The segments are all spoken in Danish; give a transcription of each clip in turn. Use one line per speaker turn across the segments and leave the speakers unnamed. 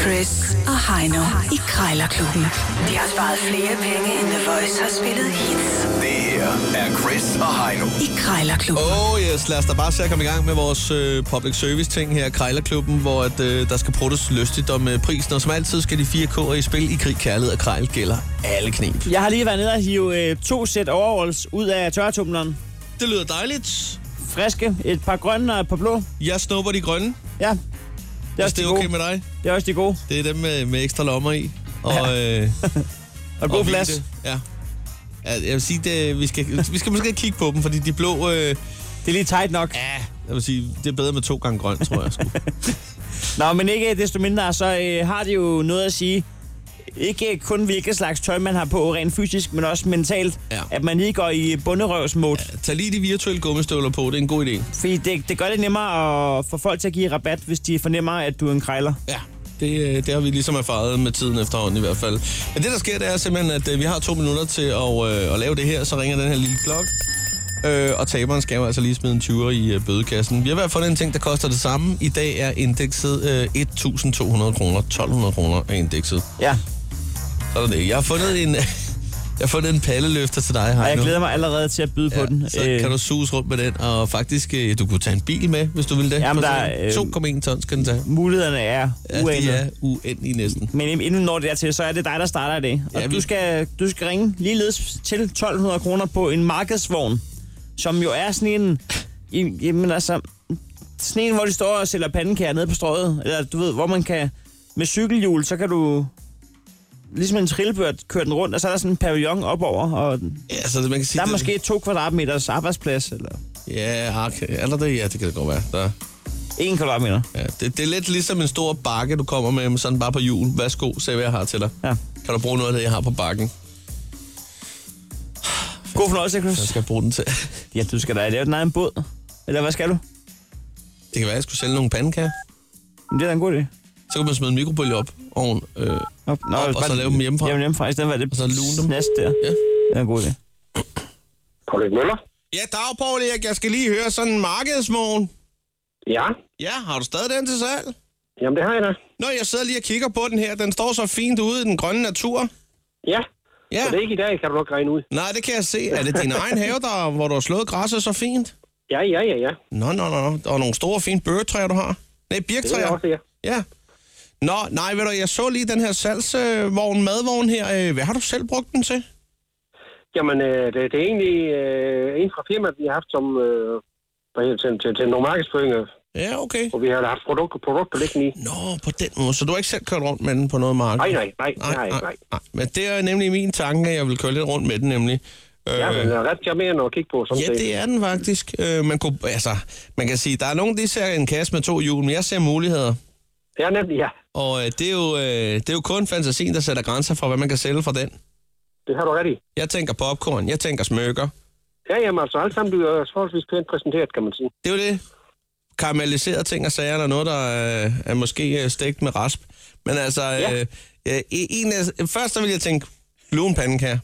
Chris og Heino i Krejlerklubben. De har sparet flere penge, end The Voice har spillet hits
Det her er Chris og Heino.
i Krejlerklubben.
Oh yes, lad os da bare se at komme i gang med vores øh, public service ting her i Krejlerklubben, hvor at, øh, der skal prøves lystigt om øh, prisen, og som altid skal de fire K'er i spil i krig, kærlighed og krejl gælder alle knep.
Jeg har lige været nede og hive øh, to sæt overalls ud af tørretumleren.
Det lyder dejligt.
Friske, et par grønne og et par blå.
Jeg snupper de grønne,
Ja,
hvis
det er, også
Altså, det
de
er
gode.
okay med dig.
det er også de gode.
Det er dem med, med ekstra lommer i. Og, øh,
Og et god
og
plads.
hvile. Ja. ja. Jeg vil sige, det, vi, skal, vi skal måske kigge på dem, fordi de blå... Øh,
Det er lige tight nok.
ja, jeg vil sige, det er bedre med to gange grøn, tror jeg. Sgu.
Nå, men ikke desto mindre, så øh, har det jo noget at sige. Ikke kun hvilket slags tøj, man har på rent fysisk, men også mentalt.
Ja.
At man lige går i bunderøvsmode. Ja.
Tag lige de virtuelle gummistøvler på, det er en god idé.
Fordi det, det gør det nemmere at få folk til at give rabat, hvis de fornemmer, at du er en krejler.
Ja, det, øh, det har vi ligesom erfaret med tiden efterhånden i hvert fald. Men det, der sker, det er simpelthen, at øh, vi har to minutter til at, øh, at lave det her, så ringer den her lille klokke. Øh, og taberen skal jo altså lige smide en 20'er i øh, bødekassen. Vi har i hvert fald en ting, der koster det samme. I dag er indekset øh, 1.200 kroner. 1.200 kroner er indekset.
Ja,
Sådan det. Jeg har fundet en, jeg har fundet en palleløfter til dig, Heino.
og jeg glæder mig allerede til at byde på den.
Så øh. kan du suges rundt med den, og faktisk, øh, du kunne tage en bil med, hvis du ville det.
Jamen,
For
der
sådan
er, øh,
2,1 tons kan den tage.
Mulighederne er
Ja,
uanede.
det er uendelig næsten.
Men inden vi når det dertil, så er det dig, der starter i dag. Og
Ja,
ja,
vi-
du, skal, du skal ringe ligeledes til 1200 kroner på en markedsvogn, som jo er sådan en... i- Jamen altså, sådan en, hvor de står og sælger pandekager nede på strøget. Eller du ved, hvor man kan... Med cykelhjul, så kan du ligesom en trillebørt køre den rundt, og så er der sådan en pavillon opover, og
Ja, så man kan sige,
der er
det-
måske to kvadratmeters arbejdsplads, eller
Ja, okay. er der det? Ja, det kan det godt være. Der,
en kvadratmeter.
ja. det, det er lidt ligesom en stor bakke, du kommer med, men sådan bare på jul. Værsgo, se hvad jeg har til dig.
Ja.
Kan du bruge noget af det, jeg har på bakken?
God fornøjelse,
Hvad
Chris.
skal jeg bruge den til?
Ja, du skal da lave din egen båd. Eller hvad skal du?
Det kan være, jeg skulle sælge nogle pandekager.
Men det er da en god idé.
Så kan man smide en mikrobølge op oven. Øh,
Op, nå,
Op, og så lave dem hjemmefra.
Jamen hjemmefra, i stedet for at det
så lune dem.
Næst der.
ja.
Det er en god idé.
Frederik Møller?
ja, dag, Poul Erik. Jeg skal lige høre sådan en markedsmorgen.
Ja,
Ja, har du stadig den til salg?
jamen det har jeg da.
Nå, jeg sidder lige og kigger på den her. Den står så fint ude i den grønne natur.
Ja,
Ja.
så det er ikke i dag, kan du nok regne ud.
Nej, det kan jeg se. Er det din egen have, der, hvor du har slået græsset så fint?
Ja, ja, ja, ja.
Nå, nå, nå. Der er nogle store, fine bøgetræer, du har. Nej,
Det er
birktræer.
jeg også, ja.
Ja. Nå, nej, ved du, jeg så lige den her salgsvogn, madvogn her. Øh, Hvad har du selv brugt den til?
Jamen, øh, det, det er egentlig øh, en fra firmaet, vi har haft som, øh, hvad hedder det, til, til, til nogle markedsføringer,
Ja, okay.
hvor vi har haft produkter, produkter liggende i.
Nå, på den måde. Så du har ikke selv kørt rundt med den på noget marked?
Nej, nej, nej, det har jeg ikke, nej.
Men det er nemlig min tanke, at jeg vil køre lidt rundt med den, nemlig. Øh,
Ja, men den er ret charmerende at kigge på, sådan
ja, det er den faktisk. Øh, man, kunne, altså, man kan sige, der er nogen, der ser en kasse med to hjul, men jeg ser muligheder.
Ja, nemlig, ja.
Og øh, det, er jo, øh, det er jo kun fantasien, der sætter grænser for, hvad man kan sælge fra den.
Det har du ret i.
Jeg tænker popcorn, jeg tænker smykker.
Ja, jamen altså, alt sammen bliver øh, forholdsvis pænt præsenteret, kan man sige.
det er jo det. Karamelliserede ting og sager, eller noget, der øh, er måske øh, stegt med rasp. Men altså, ja.
Ja.
øh, øh, en af, først så vil jeg tænke, lunepandekager.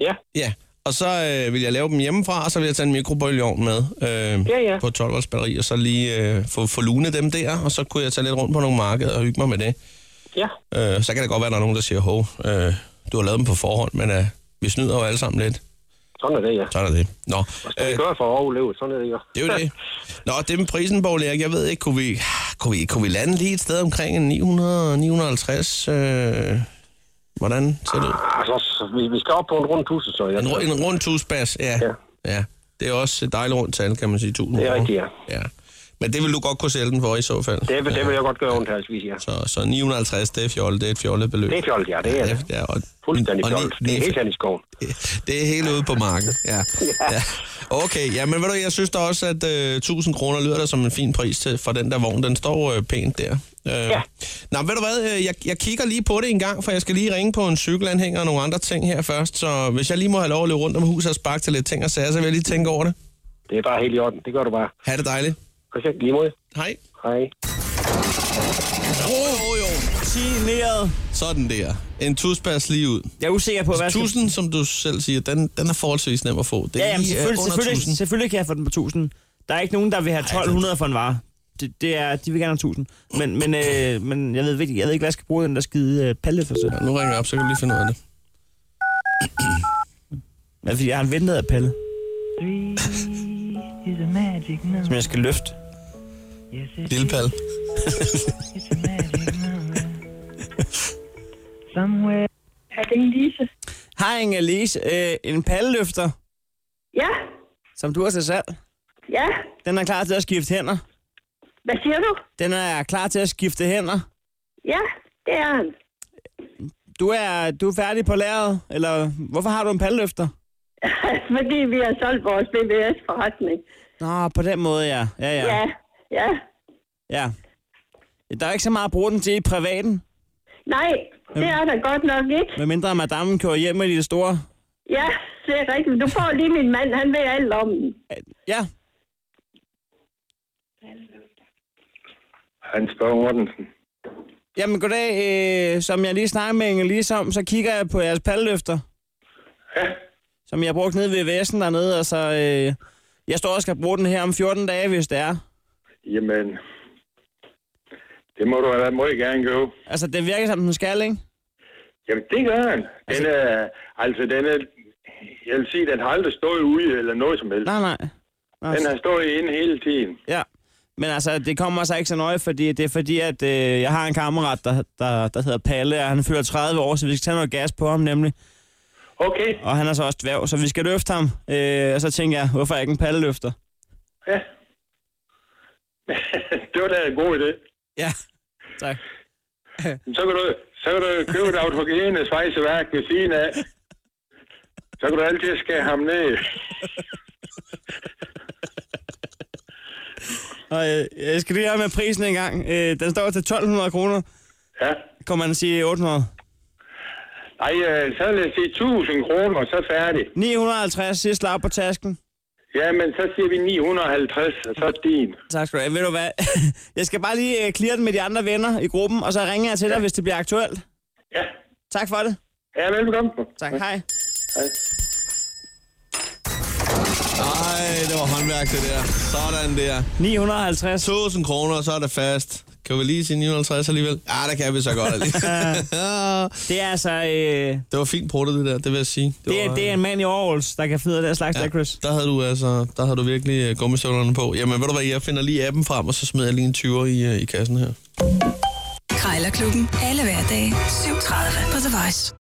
Ja,
Ja, og så øh, vil jeg lave dem hjemmefra, og så vil jeg tage en mikrobølgeovn med øh,
Ja, ja.
på 12 volts batteri, og så lige øh, få, få lune dem der, og så kunne jeg tage lidt rundt på nogle markeder og hygge mig med det.
ja,
Øh, så kan det godt være, at der er nogen, der siger, hov, øh, du har lavet dem på forhånd, men øh, vi snyder jo alle sammen lidt.
sådan er det, ja.
Så er der det. Nå,
Det
øh,
gør for at overleve, sådan er det jo.
Det er jo det. Nå, det med prisen, Borg Erik, jeg ved ikke, kunne vi, kunne vi, kunne vi lande lige et sted omkring en 900, 950? Øh, hvordan ser det ud?
Altså, vi, vi skal op på en rund tusse, så jeg...
En, ru- en rund tusbas, ja.
Ja.
ja. Det er også et dejligt rundt tal, kan man sige. 1000
Det er
kroner.
rigtigt, ja.
ja. Men det vil du godt kunne sælge den for i så fald.
Det, vil- det vil jeg godt gøre undtagelsesvis, ja.
Så, så 950, det er fjollet, det er et fjollet beløb.
Det er fjollet, ja, det er det.
det er, og,
Fuldstændig
og ni-
fjollet. Det
ni-
er helt hen i skoven.
Det er helt ude på marken, ja. ja. Okay, ja, men ved du, jeg synes da også, at øh, 1000 kroner lyder der som en fin pris til, for den der vogn. Den står øh, pænt der. Øh,
Ja.
Nå, ved du hvad, øh, jeg, jeg kigger lige på det en gang, for jeg skal lige ringe på en cykelanhænger og nogle andre ting her først. Så hvis jeg lige må have lov at løbe rundt om huset og sparke til lidt ting og sager, så vil jeg lige tænke over det.
Det er bare helt i orden. Det gør du bare.
Ha' det dejligt.
Christian, lige mod.
Hej.
Hej.
Oh, oh, jo.
Signeret.
Sådan der. En tuspas lige ud.
Jeg er usikker på, hvad jeg skal-
1000, som du selv siger, den, den er forholdsvis nem at få. Det er
Ja, jamen,
lige øh,
selvfølgelig,
under
selvfølgelig,
1000.
selvfølgelig kan jeg få den på 1000. Der er ikke nogen, der vil have 1200 for en vare. det, det er, de vil gerne have 1000. Men, men, øh, men jeg, ved, virkelig- jeg ved ikke, hvad jeg skal bruge den der skide øh, palle for sig.
Ja, nu ringer jeg op, så kan du lige finde ud af det.
Mm. Men fordi jeg har en ventet af palle,
Three is a magic number.
som jeg skal løfte.
Yes, it
Lille pal.
is a magic number. Somewhere.
Er det en Lise?
Hej Inge-Lise, øh, en palleløfter,
Ja,
som du har til salg.
ja.
Den er klar til at skifte hænder.
Hvad siger du?
Den er klar til at skifte hænder.
Ja, det er han.
Du er, du er færdig på lageret, eller hvorfor har du en palleløfter?
Fordi vi har solgt vores BBS-forretning.
Nå, på den måde, ja. Ja, ja.
Ja, ja.
ja. Der er ikke så meget at bruge den til i privaten,
Nej, det er der godt nok ikke.
medmindre madammen kører hjem med de store.
Ja, det er rigtigt. Du får lige min mand, han ved alt om den.
Ja,
Hans Børge Mortensen.
Jamen goddag, øh, som jeg lige snakkede med Inge lige om, så kigger jeg på jeres palleløfter.
Ja.
Som jeg brugte nede ved VVS'en dernede, og så øh, jeg står og skal bruge den her om 14 dage, hvis det er.
Jamen, det må du have været meget gerne gå.
Altså, det virker som den skal, ikke?
Jamen, det gør han. Den altså, er, altså, den er, jeg vil sige, den har aldrig stået ude eller noget som helst.
Nej, nej. nej
Den
altså,
har stået inde hele tiden.
ja. Men altså, det kommer så ikke så nøje, fordi det er fordi, at øh, jeg har en kammerat, der, der, der hedder Palle, og han fylder 30 år, så vi skal tage noget gas på ham nemlig.
Okay,
Og han er så også dværg, så vi skal løfte ham. Øh, og så tænker jeg, hvorfor er jeg ikke en palleløfter?
ja. det var da en god idé.
Ja, tak.
Så kan du, så kan du købe et autogene svejseværk ved siden af. Så kan du altid skære ham ned.
Og øh, jeg skal lige have med prisen en gang. Øh, den står til 1200 kroner.
Ja.
Kommer man sige 800?
Ej, øh, så lad os sige 1000 kroner, og så færdig.
950 sidst slap på tasken.
Ja, men så siger vi 950, og så er det din.
Tak skal du have. Ved du hvad? jeg skal bare lige øh, clear den med de andre venner i gruppen, og så ringer jeg til dig, hvis det bliver aktuelt.
Ja,
Tak for det.
ja velbekomme.
Tak. Hej.
Hej.
Ej, det var håndværk, det der. Sådan der.
950.
1000 kroner, så er det fast. Kan vi lige sige 950 alligevel? Ja, det kan vi så godt alligevel.
Det er altså... Øh,
det var fint portet, det der, det vil jeg sige.
det,
var,
er, det er en mand i Aarhus, der kan fide den slags ja. der, Chris.
Der havde du altså, der havde du virkelig øh, gummistøvlerne på. Jamen, ved du hvad, jeg finder lige appen frem, og så smider jeg lige en 20'er i, øh, i kassen her.
Krejlerklubben. Alle hverdage. 7.30 på The Voice.